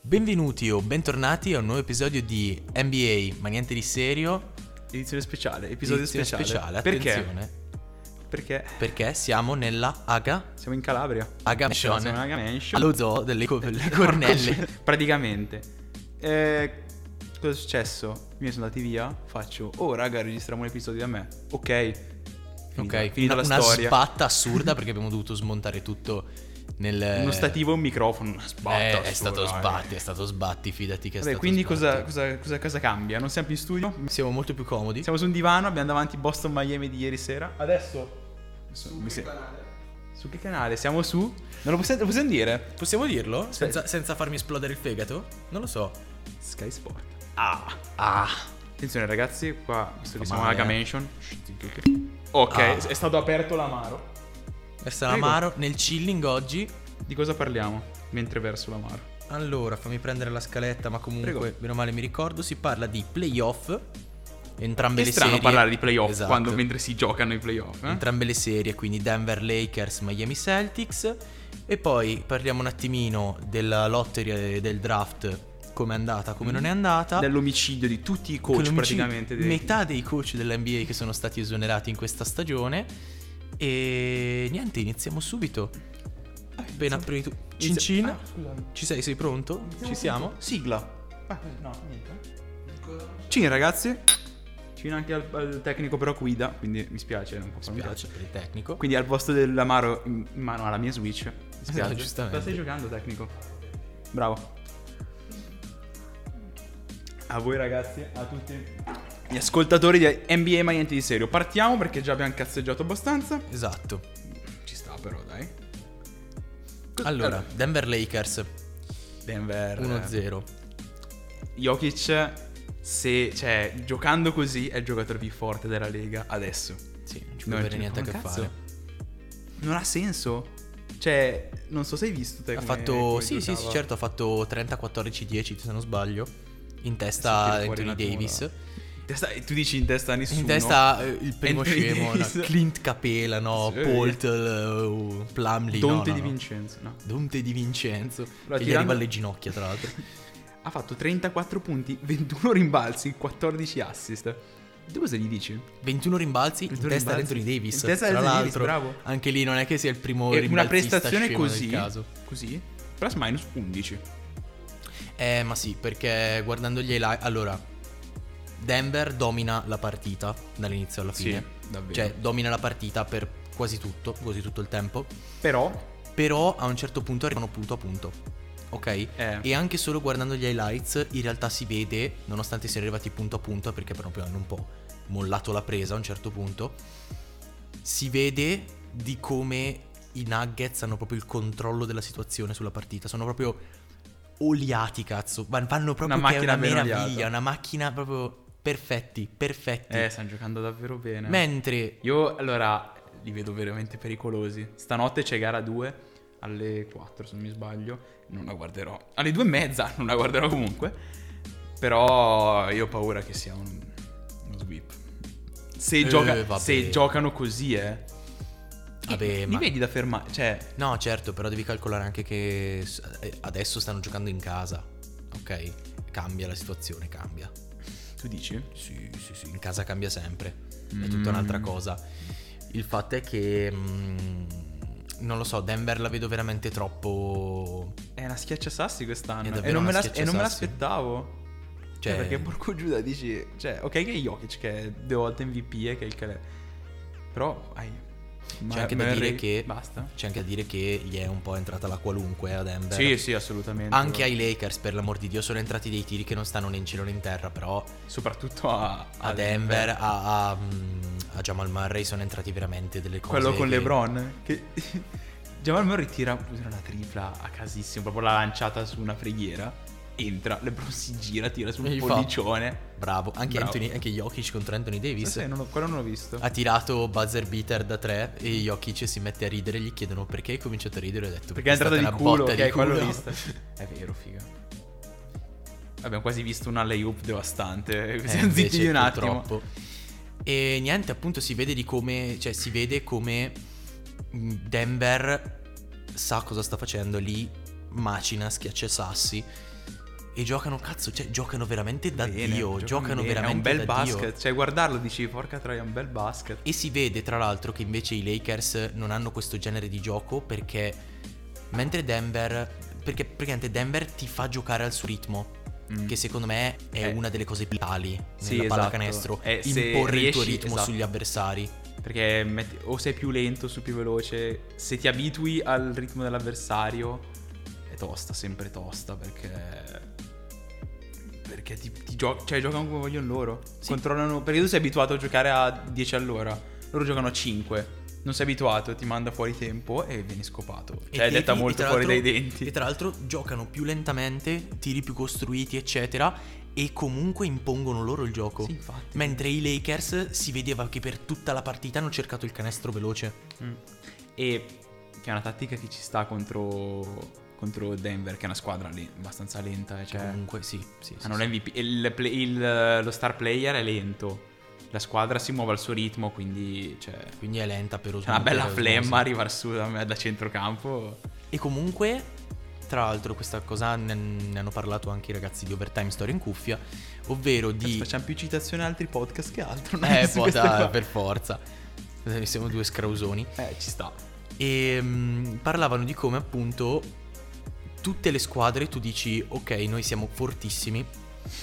Benvenuti o bentornati a un nuovo episodio di NBA, ma niente di serio. Edizione speciale, episodio edizione speciale. Perché? Perché? Perché Perché siamo nella Aga, siamo in Calabria. Aga Mansion. Siamo in Aga Mansion. allo zoo delle, co- delle cornelle. Praticamente. Eh, cosa è successo? Io sono andati via, faccio, oh raga, registriamo un episodio da me. Ok. Finita- ok, finita una, la una storia. spatta assurda perché abbiamo dovuto smontare tutto nel... Uno stativo e un microfono, una spatta. Eh, è assurda, stato eh. sbatti, è stato sbatti, fidati che è Vabbè, stato quindi sbatti. cosa, cosa- cosa- cosa cambia? Non siamo più in studio, Siamo molto più comodi. siamo su un divano, abbiamo davanti Boston Miami di ieri sera. Adesso... Su, mi se- su che canale? Siamo su... Non lo possiamo, lo possiamo dire? Possiamo dirlo? Senza, senza farmi esplodere il fegato? Non lo so. Sky Sport. Ah, ah. Attenzione ragazzi, qua visto che siamo male, alla eh. Mansion. Ok, Ah. è stato aperto l'amaro. Verso Prego. l'amaro, nel chilling oggi Di cosa parliamo mentre verso l'amaro? Allora, fammi prendere la scaletta, ma comunque, Prego. bene o male mi ricordo, si parla di playoff. Entrambe È le strano serie. parlare di playoff Esatto. quando mentre si giocano i playoff. eh? Entrambe le serie, quindi Denver Lakers, Miami Celtics. E poi parliamo un attimino della lotteria e del draft, come è andata, come non è andata. Dell'omicidio di tutti i Con Mm. coach l'omicidio- praticamente. dei- Metà dei coach dell'NBA che sono stati esonerati in questa stagione. E niente, iniziamo subito. Appena prima tu. Inizia- Cincin, Ah, scusami. ci sei? Sei pronto? Ci siamo? Sigla. Ah, no, niente. Cin ragazzi. Cin anche al, al tecnico però guida, quindi mi spiace. Non posso Mi piace per il tecnico. Quindi al posto dell'amaro in in mano alla mia Switch. Mi spiace. Eh, giustamente. La stai giocando, tecnico. Bravo. A voi ragazzi, a tutti gli ascoltatori di NBA ma niente di serio. Partiamo perché già abbiamo cazzeggiato abbastanza. Esatto. Ci sta però, dai. Allora, Denver Lakers Eh. Denver 1-0. Jokic se cioè giocando così è il giocatore più forte della lega adesso. Sì, non ci No, può avere cioè, niente a come che cazzo? fare. Non ha senso. Cioè, non so se hai visto te Ha come- fatto come Sì, sì, sì, giocava. certo, ha fatto 30-14-10, se non sbaglio. In Eh Sì, testa tira fuori Anthony la gola. Davis. Testa- tu dici in testa a nessuno. In testa eh, il primo Anthony scemo, Davis. no? Clint Capela, no, Sì. Polt, uh, Plumlee, no, Dante no, di no. Vincenzo, no. Dante di Vincenzo. Allora, che gli tirando- arriva alle ginocchia, tra l'altro. Ha fatto 34 punti, 21 rimbalzi, 14 assist. Tu cosa gli dici? 21 rimbalzi in 21 testa ad rimbalzi. Anthony Davis. In testa ad tra Anthony Davis, l'altro, bravo. anche lì non è che sia il primo E una rimbalzista prestazione scemo del così. caso. Così? Plus minus 11. Eh, ma sì, perché guardando gli highlight. Allora, Denver domina la partita dall'inizio alla fine. davvero. Cioè, domina la partita per quasi tutto, quasi tutto il tempo. Però Però a un certo punto arrivano punto a punto. Ok? eh, E anche solo guardando gli highlights, in realtà si vede, nonostante siano arrivati punto a punto, perché proprio hanno un po' mollato la presa a un certo punto, si vede di come i Nuggets hanno proprio il controllo della situazione sulla partita. Sono proprio oliati, cazzo. Van- Vanno proprio Una che è una macchina ben meraviglia, oliata. una macchina proprio perfetti, perfetti. eh, stanno giocando davvero bene. Mentre Io allora li vedo veramente pericolosi. Stanotte c'è gara 2 alle 4 se non mi sbaglio. Non la guarderò. Alle 2 e mezza non la guarderò comunque. Però io ho paura che sia un- uno sweep. Se, Eh, gioca- vabbè. se giocano così, eh. Vabbè, mi ma- vedi da fermare. Cioè, No, certo, però devi calcolare anche che s- eh, adesso stanno giocando in casa. Ok? Cambia la situazione, cambia. tu dici? Sì, sì, sì, in casa cambia sempre. È Mm. tutta un'altra cosa. Il fatto è che mm, non lo so, Denver la vedo veramente troppo È una schiaccia sassi È quest'anno. davvero E non, me, una la- e non me schiacciasassi. l'aspettavo. Cioè, cioè perché porco Giuda dici. Cioè, ok, che è Jokic che è due volte MVP e che è il calè. Però, hai. c'è anche da dire che Basta. C'è anche da dire che gli è un po' entrata la qualunque a Denver. Sì, sì, assolutamente. Anche ai Lakers, per l'amor di Dio, sono entrati dei tiri che non stanno né in cielo né in terra, però Soprattutto a, a Denver, a, a, mm, a Jamal Murray sono entrati veramente delle cose. Quello con che- LeBron. Che. Jamal Murray tira tira una tripla a casissimo. Proprio l'ha lanciata su una preghiera. Entra. LeBron si gira, tira su E un gli fa- pollicione. Bravo. Anche, Bravo. Anthony, anche Jokic contro Anthony Davis. Sì, non ho- quello non l'ho visto. Ha tirato buzzer beater da tre e Jokic si mette a ridere. Gli chiedono perché hai cominciato a ridere. E ha detto Perché è stata entrato di una culo, botta ok, quello l'ho culo." visto. È vero, figa. Abbiamo quasi visto una layup devastante. Eh, Siamo zitti di invece, un attimo. purtroppo. E niente, appunto, si vede di come. Cioè, si vede come mm, mh, Denver sa cosa sta facendo lì. Macina, schiaccia i sassi. E giocano, cazzo, cioè, giocano veramente da Bene, Dio. Giocano bene, veramente È un bel da Dio. basket. Cioè, guardarlo dici, porca troia, è un bel basket. E si vede tra l'altro che invece i Lakers non hanno questo genere di gioco perché mentre Denver, perché praticamente Denver ti fa giocare al suo ritmo. Mm. Che secondo me è Eh. una delle cose vitali Sì, nella esatto. pallacanestro. Eh, se imporre il tuo riesci- ritmo esatto. sugli avversari. Perché metti- o sei più lento, su più veloce. Se ti abitui al ritmo dell'avversario, è tosta, sempre tosta. Perché. Perché ti, ti gio- cioè, giocano come vogliono loro. Sì. Controllano. Perché tu sei abituato a giocare a 10 all'ora. Loro giocano a 5. Non sei abituato, ti manda fuori tempo e vieni scopato. E Cioè, è tiri- detta e molto tra fuori dai l'altro- denti. E tra l'altro giocano più lentamente, tiri più costruiti, eccetera. E comunque impongono loro il gioco. Sì, infatti. Mentre i Lakers si vedeva che per tutta la partita hanno cercato il canestro veloce. Mm. E che è una tattica che ci sta contro, contro Denver, che è una squadra lì, abbastanza lenta. eh, Cioè, Comunque, sì, sì. sì, hanno sì. l'MVP. Il play- il- lo star player è lento. La squadra si muove al suo ritmo, quindi cioè, c'è Quindi è lenta per osmosi. una bella per flemma osmosi. arrivare su da, da centrocampo. E comunque, tra l'altro, questa cosa ne, ne hanno parlato anche i ragazzi di Overtime Story in cuffia, ovvero Cazzo, di... Facciamo più citazioni a altri podcast che altro. no? Eh, Su può queste dai, qua. per forza. Eh, Siamo due scrausoni. Eh, ci sta. E mm, parlavano di come appunto tutte le squadre tu dici, ok, noi siamo fortissimi,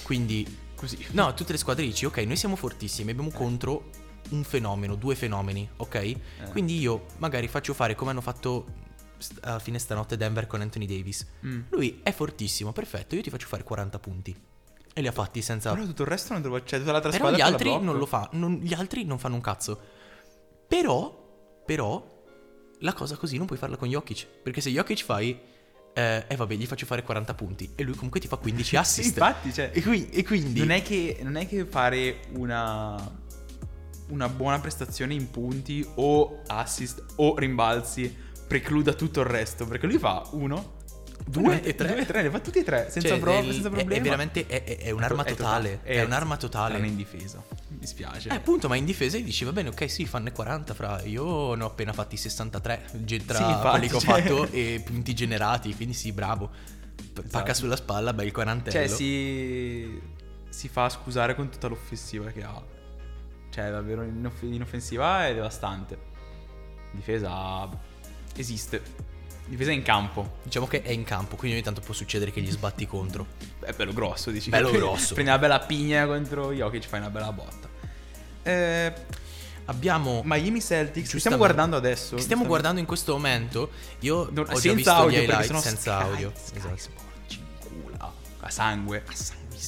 quindi... Così. No, tutte le squadre dici, ok, noi siamo fortissimi, abbiamo contro un fenomeno, due fenomeni, ok? Eh. Quindi io magari faccio fare come hanno fatto st- alla fine stanotte Denver con Anthony Davis. Mm. Lui è fortissimo, perfetto, io ti faccio fare 40 punti. E li ha fatti senza... Però tutto il resto non trovo. Cioè, tutta l'altra Però squadra gli te la altri blocco. non lo fa, non- gli altri non fanno un cazzo. Però, però, la cosa così non puoi farla con Jokic. Perché se Jokic fai, eh, eh, vabbè, gli faccio fare 40 punti. E lui comunque ti fa 15 Sì, assist. infatti, cioè. e, qui- e quindi... Non è, che, non è che fare una, una buona prestazione in punti o assist o rimbalzi precluda tutto il resto, perché lui fa uno, Due poi e tre. due e tre, ne fa tutti e tre, senza, Cioè, pro- del- senza è- problema. È veramente è, è- è un'arma È to- è totale. totale. È Eh, un'arma Tranne totale. in difesa, mi spiace. Eh, appunto, ma in difesa gli dici, va bene, ok, sì, fanno 40 fra... Io ne ho appena fatti 63, ge- tra Sì, infatti, quelli che ho cioè. fatto e punti generati, quindi sì, bravo. P- Pacca sulla spalla, bel quarantello. Esatto. cioè si, si fa scusare con tutta l'offensiva che ha. Cioè è davvero inoff- in offensiva è devastante. In Difesa esiste. Difesa in campo. Diciamo che è in campo, quindi ogni tanto può succedere che gli sbatti contro. È bello grosso, dici. Bello Prendi- grosso. Prendi una bella pigna contro Jokic, fai una bella botta. Eh, Abbiamo. Miami Celtics, ci giustamente- stiamo guardando adesso. che Stiamo giustamente. guardando in questo momento. Io Non- ho già senza visto audio, gli perché highlight sennò senza Sky- audio. Sky Esatto. Sport ci incula. A sangue. A sangue,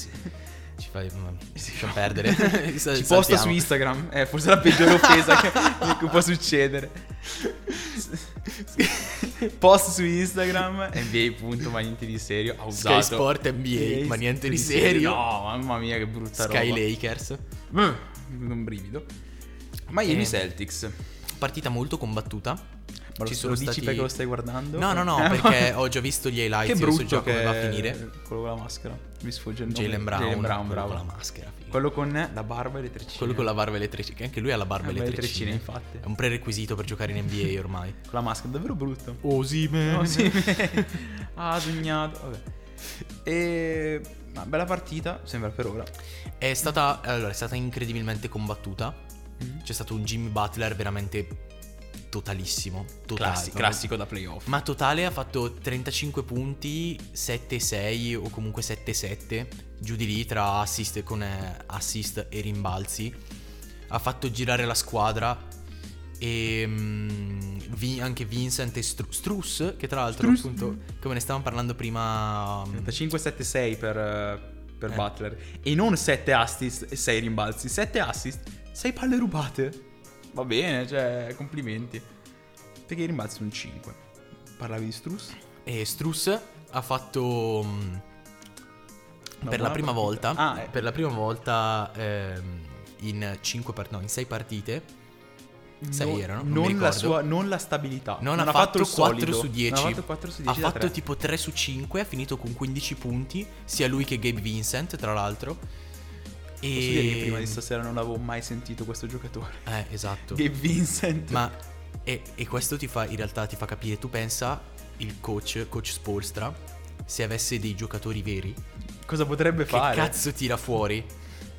Ci fai. ma- Sì, lascia no. perdere. Ci Ci saltiamo. posta su Instagram. Eh, forse è la peggiore offesa che, che può succedere. Post su Instagram NBA punto, ma niente di serio. Ha Sky usato. Sport NBA, ma niente di serio. No, mamma mia, che brutta Sky roba. Lakers. Mm, un brivido. Miami Eh. Celtics. Partita molto combattuta. Ma lo, Ci lo sono dici stati- perché lo stai guardando? No, no, no, Eh, perché ho già visto gli ma- highlights. Che io so già brutto come che va a finire. Quello con la maschera. Mi sfugge il nome. Jalen Brown, Jalen Brown, quello bravo. con la maschera. figo. Quello con la barba e le treccine. Quello con la barba e le trecine. che Anche lui ha la barba Eh, e le ma le trecine. treccine, infatti. È un prerequisito per giocare in NBA ormai. Con la maschera, davvero brutto. Osime. No, sì. ah, sognato. Vabbè. E... Ma bella partita, sembra per ora. È stata, allora, è stata incredibilmente combattuta. C'è stato un Jimmy Butler veramente totalissimo. Totale, Classi- proprio- classico da playoff. Ma totale ha fatto 35 punti, 7-6 o comunque 7-7, giù di lì tra assist, con, eh, assist e rimbalzi. Ha fatto girare la squadra e mm, vi- anche Vincent e Stru- Struss, che tra l'altro Struss. appunto, come ne stavamo parlando prima... mm, 35-7-6 per, eh, per Eh. Butler. E non 7 assist e 6 rimbalzi. 7 assist, 6 palle rubate. Va bene, cioè, complimenti. Perché i rimbalzi sono 5. Parlavi di Struss? E Struss eh, ha fatto mm, Una per la buona prima partita. volta, Ah, eh. per la prima volta ehm, in 5 part- no, in 6 partite, 6 Non- erano, non, mi non, la ricordo. sua, non la stabilità. non, ha, fatto, 4 su 10. Non ha fatto 4 su 10. Ha da fatto tre. tipo 3 su 5, ha finito con 15 punti, sia lui che Gabe Vincent, tra l'altro. E Posso dire che prima di stasera non l'avevo mai sentito questo giocatore. Eh, esatto. Gabe Vincent. Ma e, e questo ti fa in realtà ti fa capire, tu pensa il coach, coach Spolstra, se avesse dei giocatori veri, Cosa potrebbe Che fare? cazzo tira fuori?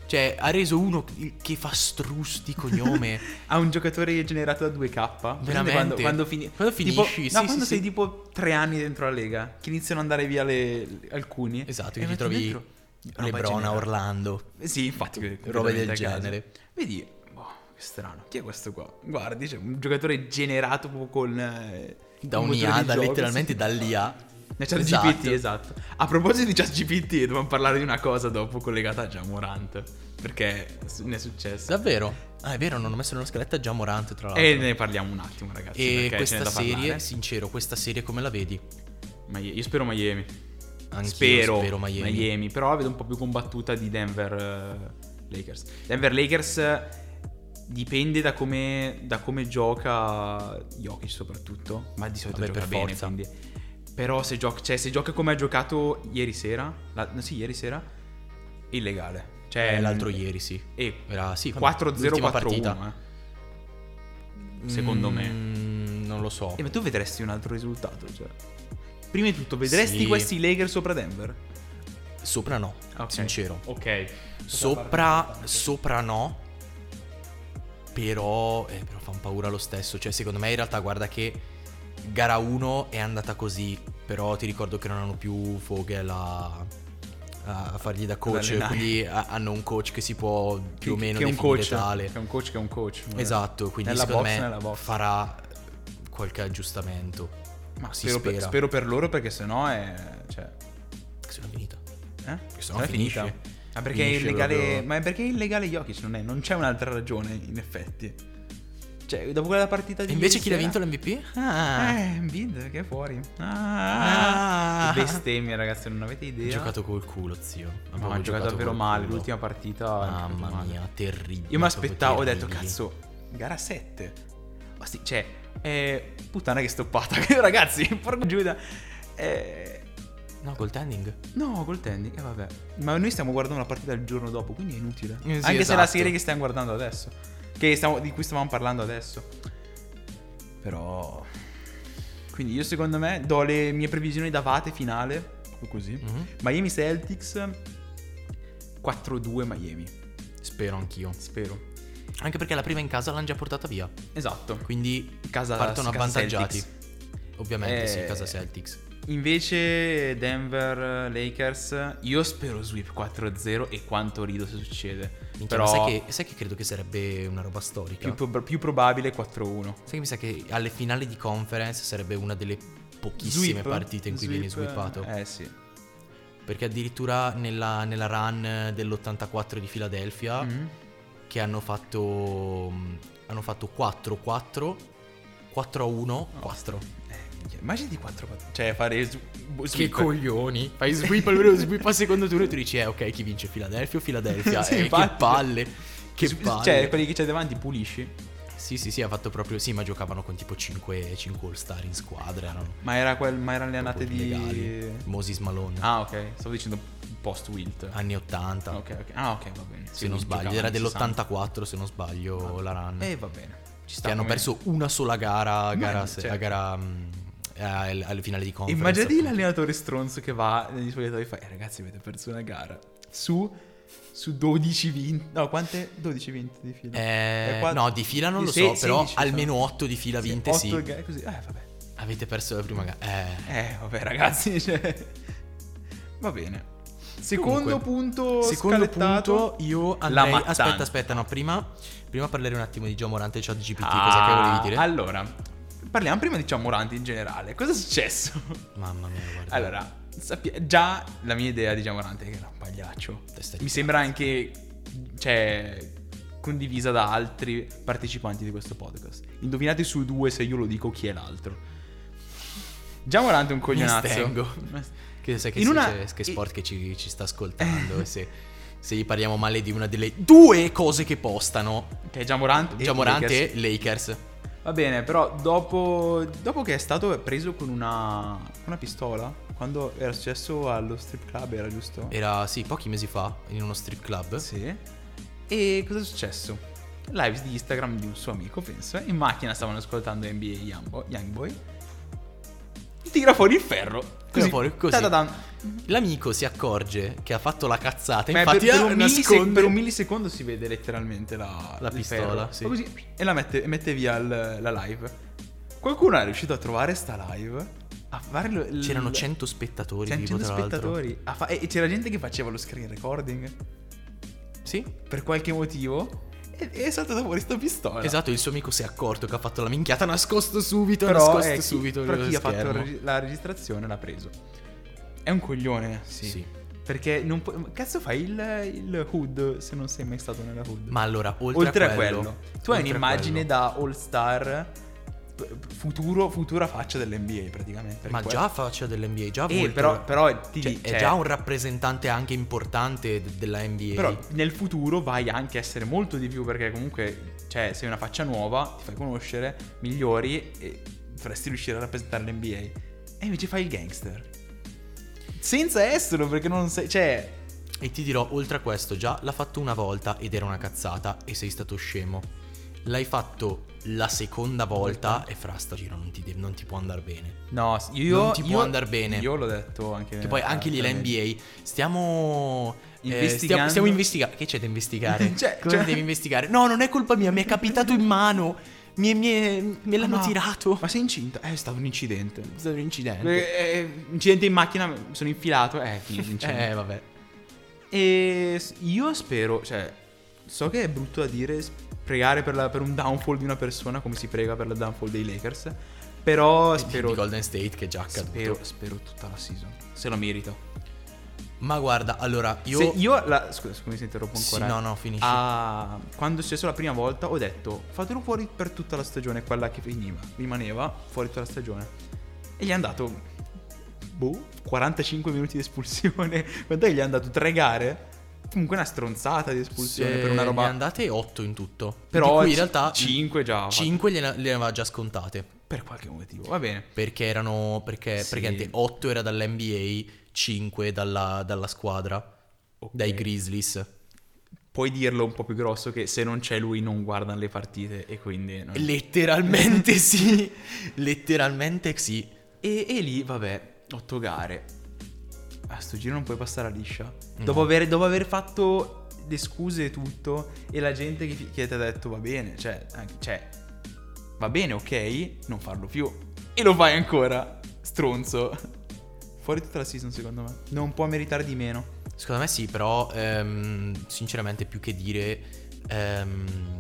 Cioè, ha reso uno che fa strus di cognome. Ha un giocatore generato da 2K. Veramente? Quando, quando, fini- Quando tipo- finisci, no, sì, quando sì, sei sì. tipo tre anni dentro la Lega, che iniziano ad andare via le- le- alcuni. esatto, e che ti metti trovi dentro roba Lebron a generata. Orlando. Eh Sì, infatti. Robe completamente del a caso. genere. Vedi, boh, che strano. Chi è questo qua? Guardi, c'è un giocatore generato proprio con... eh, Da un motore un'IA, di da, gioco, letteralmente sì. dall'IA. Da ChatGPT, esatto. A proposito di ChatGPT, dobbiamo parlare di una cosa dopo collegata a Jamorant. Perché s- ne è successo. Davvero? Ah, è vero, non ho messo nella scaletta già Morante, tra l'altro. E Eh, ne parliamo un attimo, ragazzi. E perché questa c'è da serie, parlare. sincero, questa serie come la vedi? Ma io io spero Miami. Anch'io spero, spero Miami. Miami. Però la vedo un po' più combattuta di Denver eh, Lakers. Denver Lakers eh, dipende da come, da come gioca Jokic soprattutto. Ma di solito Vabbè, gioca per bene, forza. quindi. Però se gioca, cioè, se gioca come ha giocato ieri sera, la- no, sì, ieri sera, illegale. Cioè, Eh, l'altro mh, ieri, sì. E Era sì, vabbè, 4-0, l'ultima 4-1. partita. eh. Secondo me. Mm, Non lo so. E ma tu vedresti un altro risultato, cioè. Prima di tutto, vedresti Sì. questi Lakers sopra Denver? Sopra no, Ok. sincero. Ok. Sopra, sopra no, però, eh, però fa un paura lo stesso. Cioè, secondo me in realtà guarda che gara 1 è andata così, però ti ricordo che non hanno più Fogel a, a fargli da coach, allenare. quindi ha- hanno un coach che si può più o meno che è un definire coach, tale. Che è un coach che è un coach. Esatto, quindi Nella secondo box, nella me box. farà qualche aggiustamento. Ma si spero, per, spera. spero per loro perché sennò è... Cioè... Se non è finita. Eh? sennò Sennò è finisce. finita. Ma perché Finisce è illegale... proprio- Ma è perché è illegale Jokic? Non, è, non c'è un'altra ragione, in effetti. Cioè, dopo quella partita di... E invece ieri chi l'ha sera- vinto l'MVP? Ah, Eh, Embiid, che è fuori. Ah, Ah. Che bestemmie, ragazzi, non avete idea. ha giocato col culo, zio. No, proprio ha giocato davvero col male. culo. L'ultima partita. ha giocato Mamma male. mia, terribile. Io mi aspettavo, ho proprio detto, terribile. cazzo, gara 7. Ma sì, cioè, eh, puttana che stoppata. Ragazzi, porco Giuda. Eh, No, col tending. no, col tending, e vabbè. Ma noi stiamo guardando la partita il giorno dopo, quindi è inutile. Eh sì, Anche se è la esatto. serie che stiamo guardando adesso. Che stiamo- di cui stavamo parlando adesso. Però... Quindi io secondo me do le mie previsioni da vate finale. Proprio così. Mm. Mm-hmm. Miami Celtics 4-2 Miami. Spero anch'io. Spero. Anche perché la prima in casa l'hanno già portata via. Esatto. Quindi Casa- partono casa avvantaggiati. Celtics. Ovviamente, Eh. sì, casa Celtics. Invece Denver Lakers, io spero sweep 4-0 e quanto rido se succede. Minchia, Però ma sai, che, sai che credo che sarebbe una roba storica? più, prob- più probabile 4-1. Sai che mi sa che alle finali di conference sarebbe una delle pochissime Sweep? partite in cui vieni Sweep, sweepato. Eh sì. Perché addirittura nella, nella run dell'84 di Philadelphia, Mhm. che hanno fatto, mm, hanno fatto 4-4, 4-1, 4. Eh, minchia, immaginati 4-4. Cioè fare su- bo- Che sweep. coglioni. Fai sweep al primo sweep al secondo turno e tu dici, eh, ok, chi vince? Philadelphia o Philadelphia? Sì, Eh, che infatti. palle. Che Su- palle. Cioè quelli che c'è davanti pulisci. Sì, sì, sì, ha fatto proprio... Sì, ma giocavano con tipo 5, 5 all-star in squadra, erano Ma, era quel, ma erano le annate proprio di... illegali. Moses Malone, Ah ok, stavo dicendo post Wilt. anni 80, Ok, ok. Ah ok, va bene. Ah, esatto. se non sbaglio. Era dell'84, se non Ah. sbaglio, la run. E Eh, va bene. Ci che hanno come- perso una sola gara, gara, se- certo. a gara mh, al- alle finali di conference. Immaginati appunto. l'allenatore stronzo che va negli spogliatoi e fa "Eh, ragazzi avete perso una gara su, su 12 vinte no quante? 12 vinte di fila Eh, Eh, qua- no, di fila non lo se- so, però 16, almeno sono. 8 di fila Sì, vinte sì. otto gare, così. eh vabbè Avete perso la prima gara. Eh. eh vabbè ragazzi cioè, va bene secondo Comunque, punto Secondo scalettato punto, io la andrei... mattanza. Aspetta, aspetta, no, prima, prima parlerei un attimo di Gio Morante e ChatGPT, Ah, cosa che volevi dire? allora parliamo prima di Ciamorante in generale cosa è successo? Mamma mia, guarda. allora sappi- già la mia idea di Ciamorante è che era un pagliaccio Testa di Mi sembra anche, cioè, condivisa da altri partecipanti di questo podcast. Indovinate su due se io lo dico chi è l'altro. Già Morante è un coglionazzo. astengo. Che sai che, In si una- dice che i- sport che ci, ci sta ascoltando e se, se gli parliamo male di una delle due cose che postano, Che è Gian Morante. e Gio Morante Lakers. e Lakers. Va bene, però dopo, dopo che è stato preso con una, una pistola, quando era successo allo strip club, era giusto? Era, sì, pochi mesi fa in uno strip club. Sì. E cosa è successo? Lives di Instagram di un suo amico, penso. eh. In macchina stavano ascoltando NBA Youngbo- Youngboy. Tira fuori il ferro. fuori, così. Cioè, Ta-ta-tan. L'amico si accorge che ha fatto la cazzata, Ma è infatti per, per ah, un millise- nasconde... per un millisecondo si vede letteralmente la, La il pistola, ferro. sì. Fa così, e la mette, e mette via il- la live. Qualcuno è riuscito a trovare sta live? A fare lo- il- C'erano 100 spettatori. cen- tipo, 100 tra l'altro. spettatori. A fa- e e c'era gente che faceva lo screen recording Sì. per qualche motivo. E e è saltata fuori sta pistola. Esatto, il suo amico si è accorto che ha fatto la minchiata, ha nascosto subito, ha Però, nascosto eh, chi- subito. però lo chi ha fatto la schermo. regi- la registrazione l'ha preso. È un coglione, sì. Sì. Perché non puoi. Cazzo fai il, il hood se non sei mai stato nella hood? Ma allora, oltre, oltre, a quello, tu oltre hai a un'immagine quello. da all star futuro, futura faccia dell'NBA praticamente. perché Ma poi- già faccia dell'NBA, già Eh, volto- però, però ti cioè, di- è cioè, già un rappresentante anche importante de- della NBA. Però nel futuro vai anche a essere molto di più perché comunque cioè, sei una faccia nuova, ti fai conoscere, migliori e dovresti riuscire a rappresentare l'NBA. E invece fai il gangster. Senza esserlo perché non sei... Cioè... E ti dirò, oltre a questo, già l'ha fatto una volta ed era una cazzata e sei stato scemo. L'hai fatto la seconda volta e fra sta giro non ti, de- non ti può andare bene. No, io... Non ti può io- andar bene. Io l'ho detto anche... Che poi anche lì la NBA stiamo. eh, Investigando. stiamo, stiamo investigando. Che c'è da investigare? Cioè, Cosa cioè- devi investigare? No, non è colpa mia, mi è capitato in mano. Mi, mi- me l'hanno Ah, Ma- tirato. Ma sei incinta? Eh, è stato un incidente. È stato un incidente. Eh, eh, incidente in macchina, sono infilato. Eh, finito l'incidente. Eh, vabbè. E s- io spero, cioè, so che è brutto da dire s- pregare per, la- per un downfall di una persona come si prega per la downfall dei Lakers, Spero. però Eh, Di spero, Golden State che è già accaduto. spero, spero tutta la season, se lo merito. Ma guarda, allora io. Se io la, scusa, scusa, mi interrompo Sì, ancora. no, no, finisci. Ah, quando è successo la prima volta ho detto fatelo fuori per tutta la stagione, quella che finiva, rimaneva fuori tutta la stagione. E gli è andato, boh, 45 minuti di espulsione. Guarda, gli è andato tre gare. Comunque una stronzata di espulsione Eh, per una roba... ne andate 8 in tutto. Però Di cui in c- realtà cinque già. 5 le, le aveva già scontate. Per qualche motivo, va bene. Perché erano. Perché Sì. praticamente 8 era dall'NBA, 5 dalla, dalla squadra. Ok. Dai Grizzlies. Puoi dirlo un po' più grosso che se non c'è lui non guardano le partite e quindi... non- Letteralmente sì. Letteralmente sì. E, e lì, vabbè, otto gare. A sto giro non puoi passare a liscia. Dopo, aver, dopo aver fatto le scuse e tutto, e la gente che, che ti ha detto va bene, cioè, anche- cioè, va bene, ok, non farlo più. E lo fai ancora, stronzo. Fuori tutta la season, secondo me. Non può meritare di meno. Secondo me sì, però ehm, sinceramente più che dire ehm,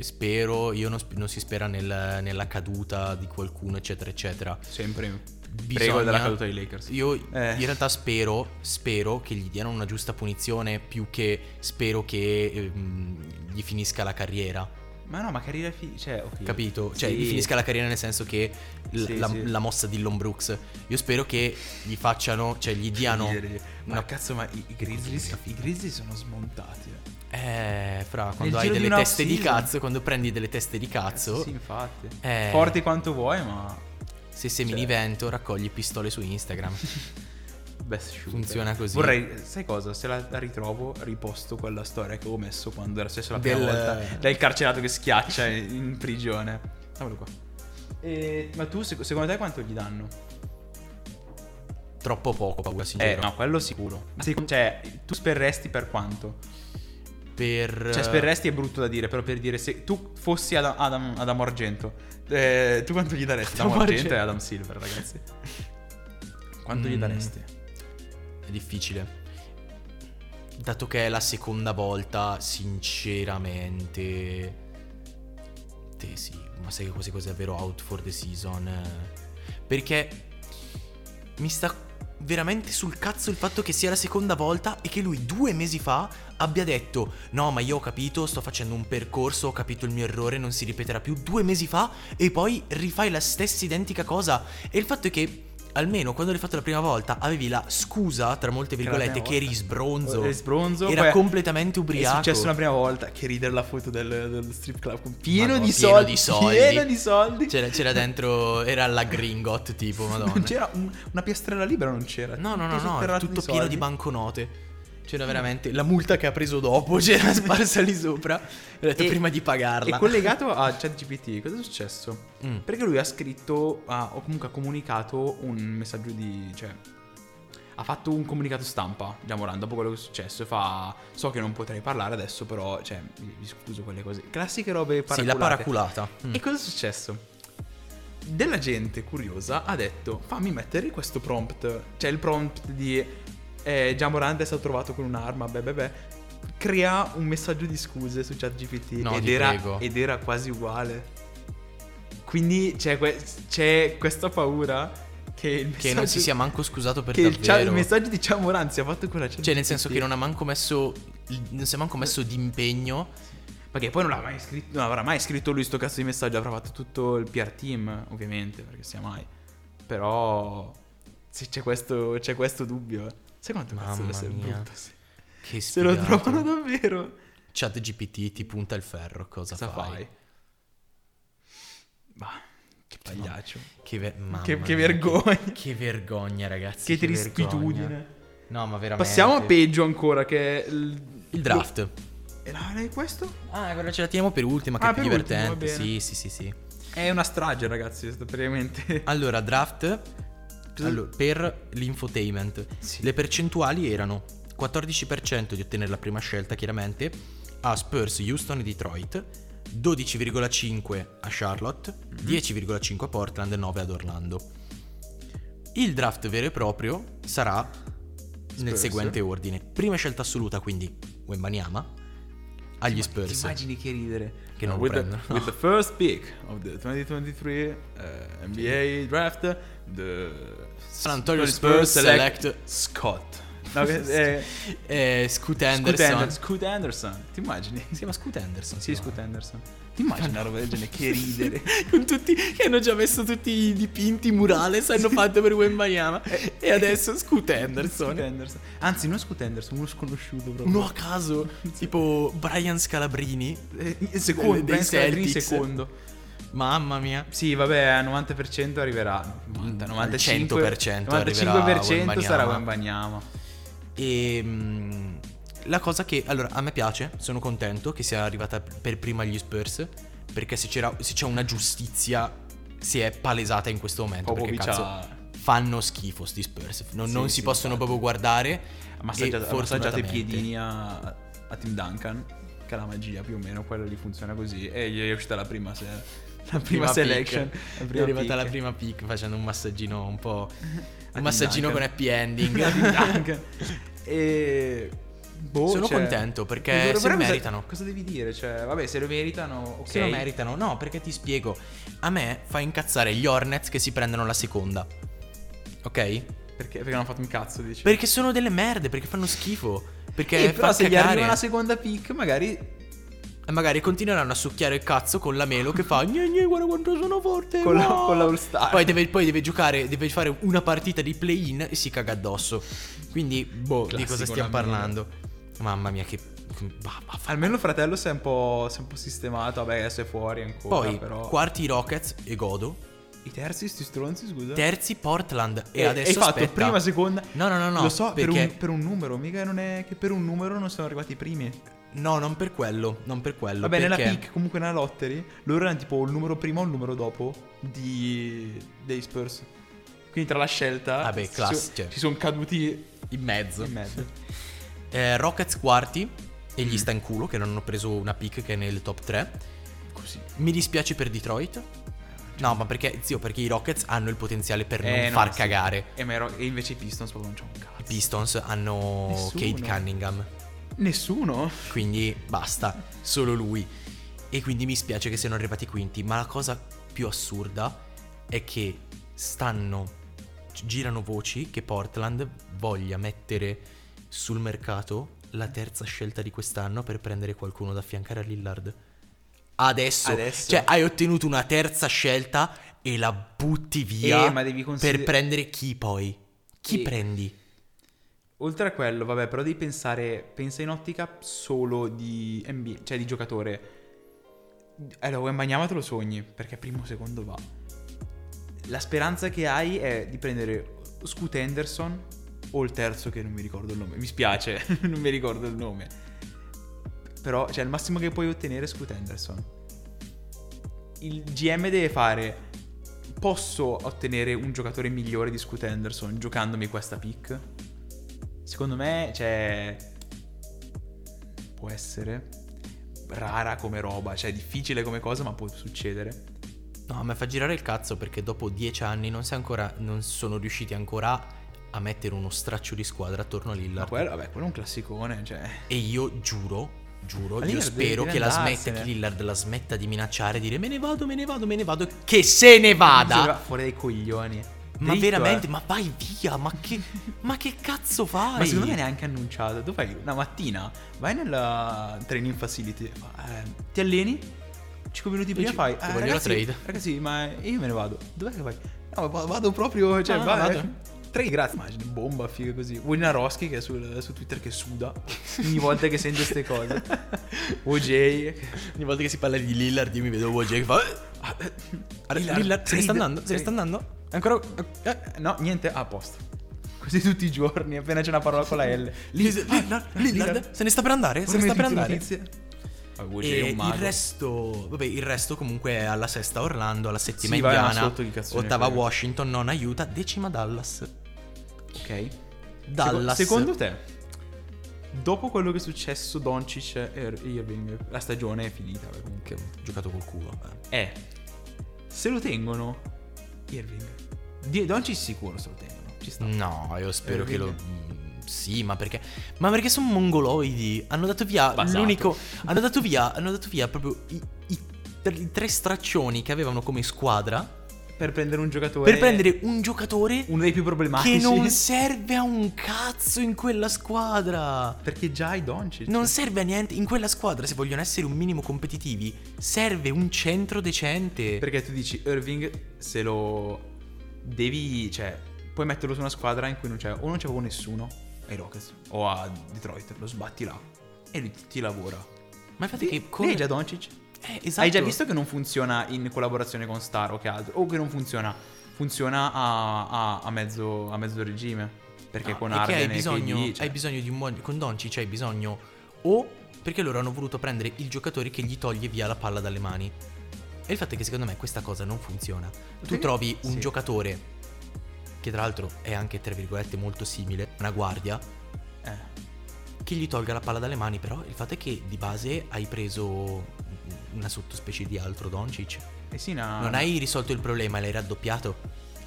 spero, io non, sp- non si spera nel- nella caduta di qualcuno, eccetera, eccetera. Sempre. Prego Bisogna- della caduta dei Lakers. Io Eh. in realtà spero, spero che gli diano una giusta punizione più che spero che ehm, gli finisca la carriera. Ma no, ma carriera fi- cioè, ok. Capito? Cioè, Sì. gli finisca la carriera nel senso che l- Sì, la, sì. la mossa di Lon Brooks. Io spero che gli facciano, cioè gli diano. Ma una- cazzo, ma i, i Grizzlies, i Grizzlies sono smontati. eh. Eh, fra quando hai giro di delle una teste di off-season. cazzo, quando prendi delle teste di cazzo, Sì, infatti. Eh. Forti quanto vuoi, ma se semini Cioè. vento raccogli pistole su Instagram. best shooter. Funziona così. Vorrei, sai cosa? Se la, la ritrovo, riposto quella storia che ho messo quando era successa la prima Del- volta. Del carcerato che schiaccia in, in prigione. Dammelo qua. E- ma tu, sec- secondo te, quanto gli danno? Troppo poco, paura, Eh, sincero. no, quello sicuro. Ma se- cioè, tu sperresti per quanto? Per... eh, Cioè, sperresti è brutto da dire, però per dire, se tu fossi Adam, Adam- Adam Argento, eh, tu quanto gli daresti? Adam, Adam Argento Argento. e Adam Silver, ragazzi. Quanto gli Mm. daresti? È difficile. Dato che è la seconda volta, sinceramente... Te sì, ma sai che quasi quasi è vero out for the season. eh. Perché mi sta veramente sul cazzo il fatto che sia la seconda volta e che lui due mesi fa abbia detto no ma io ho capito, sto facendo un percorso, ho capito il mio errore, non si ripeterà più due mesi fa e poi rifai la stessa identica cosa. E il fatto è che almeno quando l'hai fatto la prima volta avevi la scusa, tra molte era la virgolette, prima che eri volta. Eh, sbronzo. Eri sbronzo, Era poi- completamente ubriaco. È successo la prima volta che ridere la foto del, del strip club con- pieno, Madonna, di, pieno soldi, di soldi. Pieno di soldi. C'era, c'era dentro, era la Gringot tipo, madonna. Non c'era un- una piastrella libera, non c'era. No, no, Tutto no, no, era sotterrato tutto pieno soldi. di banconote. C'era veramente la multa che ha preso dopo, c'era sparsa lì sopra. Ho detto E- prima di pagarla. E collegato a ChatGPT, cosa è successo? Mm. Perché lui ha scritto, ah, o comunque ha comunicato un messaggio di, cioè, ha fatto un comunicato stampa, Jamoran, dopo quello che è successo, e fa, so che non potrei parlare adesso, però, cioè, mi mi scuso quelle cose. Classiche robe Sì, la paraculate. paraculata. Mm. E cosa è successo? Della gente curiosa ha detto fammi mettere questo prompt, cioè il prompt di eh, Jamorant è stato trovato con un'arma, beh beh beh, crea un messaggio di scuse su ChatGPT No, ed, ti era, prego. ed era quasi uguale. Quindi c'è, que- c'è questa paura che il messaggio... Che non si sia manco scusato per che il, chat- davvero. il messaggio di Jamorant sia fatto con la ChatGPT. Cioè, nel senso che non ha manco messo. Non si è manco messo d'impegno. Perché poi non, l'ha mai scritto, non avrà mai scritto lui sto cazzo di messaggio, avrà fatto tutto il PR team, ovviamente, perché sia mai. Però se c'è questo, c'è questo dubbio. eh. Sai quanto cazzo deve Mamma essere mia. brutto? Se, Che se lo sfigato. trovano davvero. Chat GPT ti punta il ferro. Cosa, Cosa fai? fai? Bah, che pagliaccio. Che, ver- mamma Che- che mia, vergogna. Che, che vergogna, ragazzi. Che vergogna. tristitudine. No, ma veramente. Passiamo a peggio ancora, che è il, Il draft. E là, è questo? Ah, quello ce la teniamo per ultima, che è Ah, più per ultimo, va divertente. bene. sì, sì, sì, sì. È una strage, ragazzi, questo, praticamente. Allora, draft Cosa- allora, per l'infotainment. Sì. Le percentuali erano 14% di ottenere la prima scelta, chiaramente, a Spurs, Houston e Detroit, 12,5 a Charlotte, 10,5 a Portland e 9 ad Orlando. Il draft vero e proprio sarà nel Spurs. seguente ordine. Prima scelta assoluta, quindi Wembaniama agli Spurs. Ti immagini che ridere. Che non lo with, prendono. the, with the first pick of the 2023 uh, NBA draft, the San Antonio Spurs select- Scott. No, che- eh, Eh, Scoot Scoot, Anderson. Ander- Scoot Anderson. Ti immagini? Si chiama Scoot Anderson. si Sì, chiama. Scoot Anderson. Ti immagini una roba del genere? Che ridere. Con tutti che hanno già messo tutti i dipinti i murales hanno fatto per Wembanyama e adesso Scoot Eh, Scoot Anderson. Anderson. Anzi, non Scoot Anderson, uno sconosciuto proprio. Uno a caso, tipo Brian Scalabrini. Eh, il secondo, Dei Brian Scalabrine Celtics. secondo. Mamma mia. Sì, vabbè, al 90% arriverà. 90, Al 95, 100% arriverà 95% Wembanyama. sarà Wembanyama. E mm, la cosa che allora a me piace, sono contento che sia arrivata per prima agli Spurs perché se, c'era- se c'è una giustizia si è palesata in questo momento perché Popovic cazzo ha- fanno schifo sti Spurs, non, Sì, non si sì, possono infatti. proprio guardare e Ha massaggiato, ha massaggiato i fortunatamente- piedini a, a Tim Duncan, che è la magia più o meno, quella lì funziona così. E gli è uscita la prima, se- la prima, pick. selection. La è arrivata pick. la prima pick facendo un massaggino un po'. Tim Un massaggino con Duncan. happy A Tim ending. Duncan. E... boh, Sono cioè- contento perché Però- se però lo cosa- meritano. Cosa devi dire? Cioè, vabbè, se lo meritano, ok. Se lo meritano. No, perché ti spiego. A me fa incazzare gli Hornets che si prendono la seconda. Ok? Perché, perché non hanno fatto un cazzo, dici? Perché sono delle merde, perché fanno schifo. Perché Eh, però fa se gli cagare. arriva la seconda pick, magari... E magari continueranno a succhiare il cazzo con la Melo che fa Gne gne guarda quanto sono forte Con la- wow!" con la All-Star. Poi deve, poi deve giocare, deve fare una partita di play-in e si caga addosso Quindi, boh, di Classico cosa stiamo la Melo. parlando? Mamma mia che... bah, bah, fa- Almeno il fratello si è un po', si è un po' sistemato, vabbè, adesso è fuori ancora, Poi, però... quarti Rockets e godo I terzi, sti stronzi, scusa? Terzi Portland e, E- adesso hai fatto aspetta. prima, seconda. No, no, no, no Lo so, per perché- un- per, un, numero, mica non è che per un numero non sono arrivati i primi. No, non per quello, non per quello Vabbè, nella perché- pick, comunque nella lottery, loro erano tipo il numero prima o il numero dopo di, dei Spurs. Quindi tra la scelta... Vabbè, ci class- so- cioè. Ci sono caduti In mezzo in mezzo. Eh, Rockets quarti e gli sta in culo che non hanno preso una pick che è nel top 3 Così. Mi dispiace per Detroit. No, ma perché, zio, perché i Rockets hanno il potenziale per non Eh, no, far sì. cagare. E, ma ero- e invece i Pistons proprio non c'è un I cazzo. Pistons hanno Nessuno. Kate Cunningham, Nessuno? quindi basta, solo lui. E quindi mi spiace che siano arrivati quinti, ma la cosa più assurda è che stanno girano voci che Portland voglia mettere sul mercato la terza scelta di quest'anno per prendere qualcuno da affiancare a Lillard. Adesso, Adesso. cioè hai ottenuto una terza scelta e la butti via Eh, ma devi consider- per prendere chi poi? Chi Eh. prendi? Oltre a quello, vabbè, però devi pensare, pensa in ottica solo di NBA, cioè di giocatore. Allora, Wembanyama te lo sogni, perché primo o secondo va. La speranza che hai è di prendere Scoot Henderson o il terzo che non mi ricordo il nome. Mi spiace, non mi ricordo il nome. Però, cioè, il massimo che puoi ottenere è Scoot Henderson. Il GM deve fare... Posso ottenere un giocatore migliore di Scoot Henderson giocandomi questa pick? Secondo me, cioè. Può essere rara come roba, cioè difficile come cosa, ma può succedere. No, a me fa girare il cazzo perché dopo dieci anni non, si è ancora, non sono riusciti ancora a mettere uno straccio di squadra attorno a Ma Lillard. quello, vabbè, quello è un classicone, cioè. E io giuro, giuro, Ma io Lillard spero deve- che, deve la smetta, andarsene. che Lillard la smetta di minacciare, dire me ne vado, me ne vado, me ne vado, che se ne vada! Sembra Fuori dai coglioni. Ma Dritto, veramente, eh. ma vai via, ma che, ma che cazzo fai? Ma secondo me neanche annunciato. Tu fai una mattina, vai nella training facility, eh, ti alleni, 5 minuti prima Dici, fai. "Ti "Eh, voglio la ragazzi, trade." Ragazzi, ma io me ne vado. Dov'è che vai? No, va- vado proprio. Cioè, Ah, vai, vado. eh. Trade, grazie. Immagini, bomba, figa così. Wojnarowski che è sul- su Twitter che suda ogni volta che sente queste cose. OJ. Ogni volta che si parla di Lillard io mi vedo OJ che fa... "Eh, Ah, eh, Lillard, se ne sta trade, andando, se ne sta trade. andando. Ancora. eh, no, niente, a posto. Così tutti i giorni, appena c'è una parola con la L. Ah, Lillard, Lillard, se ne sta per andare, se ne sta per andare. E E il resto, vabbè, il resto comunque è alla sesta Orlando, alla settima Sì, vai, ma Indiana, sotto chi cazzo ne ottava frega. Washington, non aiuta, decima Dallas. Ok. Dallas. Secondo te, dopo quello che è successo Doncic e Ir- Irving, la stagione è finita. vabbè, Che Comunque. ho giocato col culo. eh. Eh, se lo tengono, Irving. Di- Doncic sicuro se lo tengono. Ci Mm. sta. No, io spero Eh, che lo... quindi? mm, Sì, ma perché? Ma perché sono mongoloidi? Hanno dato via Basato. l'unico... Hanno dato via, hanno dato via proprio i, i tre- i tre straccioni che avevano come squadra Per prendere un giocatore. per prendere un giocatore uno dei più che problematici. non serve a un cazzo in quella squadra. Perché già hai Doncic. Non serve a niente. In quella squadra, se vogliono essere un minimo competitivi, serve un centro decente. Perché tu dici Irving se lo devi, cioè, puoi metterlo su una squadra in cui non c'è o non c'è proprio nessuno ai Rockets o a Detroit, lo sbatti là e lui ti, ti lavora. Ma infatti, che Come hai già Doncic? Eh, esatto. Hai già visto che non funziona in collaborazione con Star o che altro o che non funziona funziona a, a- a mezzo, a mezzo regime. Perché No, con è che Arden hai e bisogno, KD, cioè, hai bisogno di un buon. Con Doncic hai bisogno. O perché loro hanno voluto prendere il giocatore che gli toglie via la palla dalle mani. E il fatto è che secondo me questa cosa non funziona. Tu Perché- trovi un sì. giocatore che tra l'altro è anche tra virgolette molto simile, una guardia, eh, che gli tolga la palla dalle mani, però il fatto è che di base hai preso una sottospecie di altro Doncic. eh sì, no, non hai risolto il problema, l'hai raddoppiato.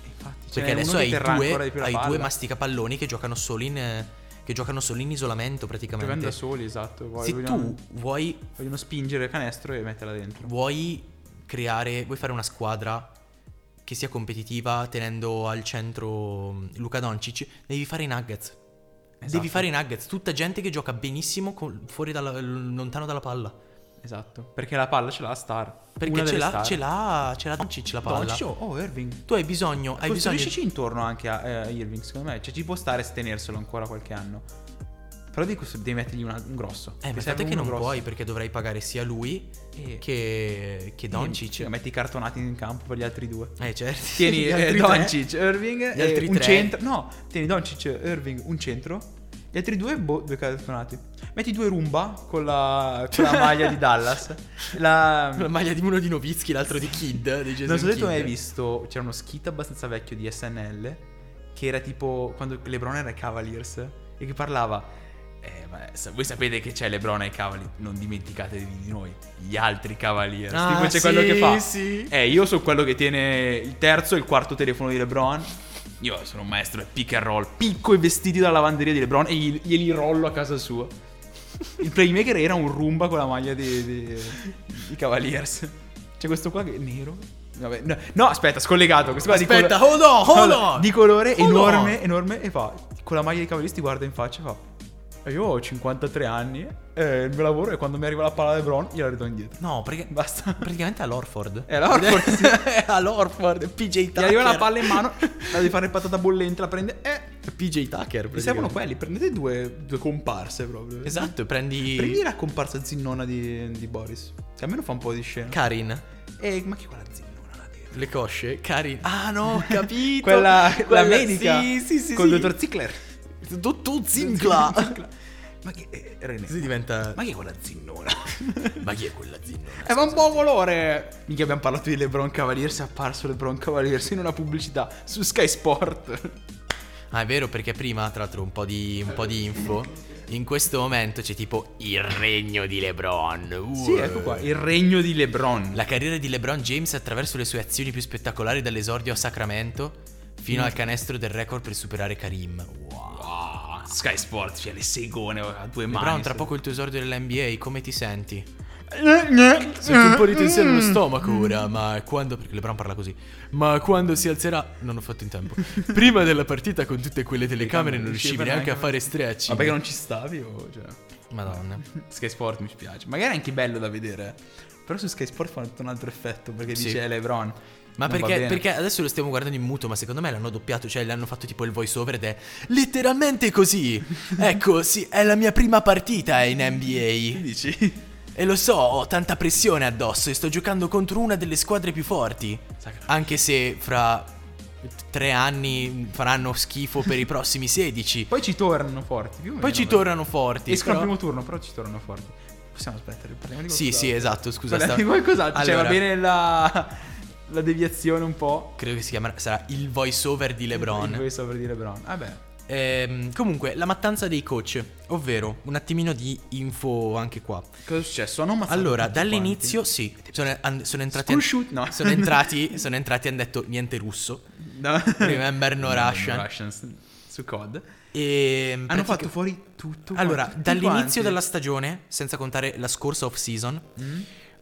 Infatti, ce Perché n'è adesso uno che hai terrà due, ancora di più la hai palla. due masticapalloni che giocano solo in eh, che giocano solo in isolamento giocando praticamente. da soli, esatto. poi Se vogliamo- tu vuoi Vogliono spingere il canestro e metterla dentro. vuoi creare, vuoi fare una squadra che sia competitiva tenendo al centro mh, Luca Doncic, devi fare i Nuggets. Esatto. Devi fare i Nuggets, tutta gente che gioca benissimo con- fuori dalla- lontano dalla palla. Esatto. Perché la palla ce l'ha Star. Perché Una ce delle l'ha, star. Ah, ce l'ha, ce l'ha Doncic la palla. Doncic o o Irving. Tu Oh, hai bisogno, hai bisogno Costruiscici intorno anche a eh, a Irving, secondo me. Cioè, ci può stare stenerselo ancora qualche anno. Però dico, se devi mettergli una- un grosso. Eh, Ti ma il serve fatto è che uno non grosso. puoi perché dovrai pagare sia lui E- che, che Doncic. Cioè, metti i cartonati in campo per gli altri due. Eh, certo. Tieni Gli eh, altri tre. Doncic, Irving Gli e altri un tre. centro. No, tieni Doncic, Irving, un centro. Gli altri due, boh, due cartonati. Metti due rumba con la, con la maglia di Dallas. La, mm, La maglia di uno di Novitsky, l'altro di Kid. Di Jason Non so se tu Kidd. hai mai visto, c'era uno skit abbastanza vecchio di SNL che era tipo quando LeBron era ai Cavaliers e che parlava eh, ma sa- voi sapete che c'è LeBron ai Cavaliers, non dimenticatevi di noi, gli altri Cavaliers. Ah, tipo c'è sì, quello che fa sì. "Eh, io sono quello che tiene il terzo e il quarto telefono di LeBron. Io sono un maestro del pick and roll, picco i vestiti dalla lavanderia di LeBron e gli- glieli rollo a casa sua. Il playmaker era un rumba con la maglia dei, dei- dei Cavaliers. C'è questo qua che è nero. Vabbè, no, no, aspetta, scollegato. Questo qua Aspetta, di colo- hold on, hold no, on. Di colore Hold enorme, on. enorme. E fa, con la maglia dei Cavaliers ti guarda in faccia e fa. "Eh, Io ho 53 anni, eh, il mio lavoro è quando mi arriva la palla LeBron, gliela ridò indietro. No, perché- Basta. praticamente all'Orford. È all'Orford, Eh, sì. È all'Orford. PJ Ti Tucker. arriva la palla in mano, la devi fare patata bollente, la prende e... PJ Tucker. Vi servono quelli, prendete due, due comparse proprio. Esatto, prendi. Prendi la comparsa zinnona di, di Boris, che almeno fa un po' di scena. Karin. e, ma che quella zinnona là dietro? Le cosce. Karin. Ah, no, ho capito. Quella, la Quella- medica Sì, sì, sì. con sì. il dottor Zickler. Dottor Zinkla. ma che... eh, René, Si diventa. ma che è quella zinnona? Ma chi è quella zinnona? Eh, ma un po' colore! Minchia, abbiamo parlato di LeBron Cavaliers, è apparso LeBron Cavaliers in una pubblicità su Sky Sport. Ah, è vero, perché prima, tra l'altro, un po' di, un po' di info. In questo momento c'è tipo il regno di LeBron. Uh. Sì, ecco qua, il regno di LeBron. La carriera di LeBron James attraverso le sue azioni più spettacolari dall'esordio a Sacramento fino Mm. al canestro del record per superare Karim. Wow. Wow, Sky Sport, cioè le segone a due mani. Eh, LeBron, tra poco il tuo esordio dell'NBA, come ti senti? Sento Sento un po' di tensione eh. Mm. allo stomaco ora, ma quando... Perché LeBron parla così. Ma quando si alzerà... Non ho fatto in tempo. Prima della partita con tutte quelle telecamere non riuscivi neanche a fare stretch. Ma perché non ci stavi o cioè... Madonna. Sky Sport mi spiace. Magari è anche bello da vedere. eh. Però su Sky Sport fa tutto un altro effetto perché Sì. dice LeBron. Ma non va perché, bene. perché adesso lo stiamo guardando in muto, ma secondo me l'hanno doppiato, cioè l'hanno fatto tipo il voice over ed è letteralmente così. ecco, sì, è la mia prima partita in Che NBA. dici? E lo so, ho tanta pressione addosso e sto giocando contro una delle squadre più forti. Sacra- Anche se fra t- tre anni faranno schifo per i prossimi 16. Poi ci tornano forti. Più o Poi meno, ci però. tornano forti. Escono al però- primo turno, però ci tornano forti. Possiamo aspettare. Parliamo di Sì, qualcos'altro. sì, esatto, scusa. Parliamo sta- di qualcos'altro. Cioè, Allora, va bene la, la deviazione un po'. Credo che si chiamerà, sarà il voice over di LeBron. Questo per dire LeBron. Ah, Vabbè. Ehm, comunque, la mattanza dei coach, ovvero un attimino di info anche qua. Cosa è successo? Hanno ammazzato Allora, tutti dall'inizio, quanti? sì, sono, an- sono entrati. School shoot? No. Sono entrati, sono entrati e hanno detto niente russo. No. Remember no Russian. Ehm, Russians su COD. E Hanno pratica- fatto fuori tutto. Allora, quanto, tutti dall'inizio quanti. Mm? della Mm? stagione, senza contare la scorsa off-season,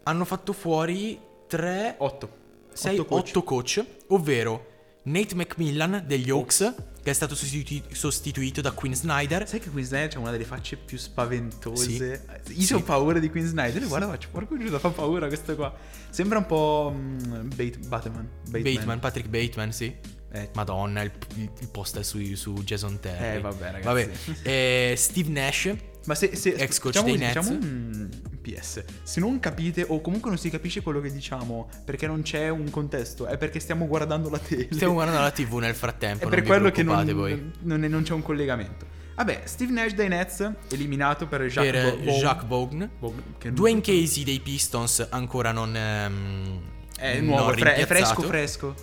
hanno fatto fuori 3, Otto. 6, Otto 8 coach. coach. ovvero Nate McMillan degli Oh. Hawks, che è stato sostitui- sostituito da Quinn Snyder. Sai che Queen Snyder c'ha una delle facce più spaventose? Io Sì. ho paura di Queen Snyder. Guarda, faccio porco Giuda, fa paura questo qua. Sembra un po' mm, Bat- Batman. Bateman. Patrick Bateman, sì. Eh, Madonna, il, il- il poster su, su Jason Terry. Eh, vabbè, ragazzi. Eh, Steve Nash. Ma se, se Ex coach facciamo dei Nets. così, facciamo un PS. Se non capite o comunque non si capisce quello che diciamo perché non c'è un contesto, è perché stiamo guardando la tele. Stiamo guardando la TV nel frattempo. è non per vi quello che non, preoccupate voi. non- non c'è un collegamento. Vabbè, Steve Nash dai Nets eliminato per Jacques per Bo- Bo- Jacques Vaughn. Bo- che non- Dwayne Casey dei Pistons ancora non. ehm, è nuovo, non è, fre- è rimpiazzato. fresco, fresco.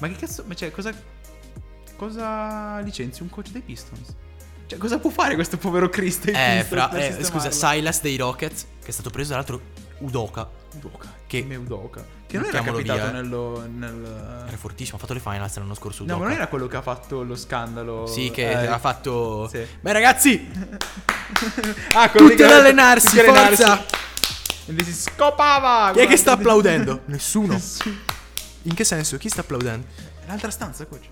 Ma che cazzo, ma cioè, cosa cosa licenzi un coach dei Pistons? Cioè, cosa può fare questo povero Chris dei Eh, Pistons fra- per eh, scusa, sistemarlo? Silas dei Rockets, che è stato preso tra l'altro Udoka. Udoka, Che- come Udoka, che non era Mettiamolo capitato via, eh. nello, nel... Era fortissimo, ha fatto le finals l'anno scorso No, Udoka. ma non era quello che ha fatto lo scandalo. Sì, che eh, ha fatto. sì. Beh, ragazzi, Ah, tutti collegato- ad allenarsi, tutti ad allenarsi. forza! E lì si scopava. Chi è guarda. che sta applaudendo? Nessuno. Sì. In che senso? Chi sta applaudendo? L'altra stanza, coach.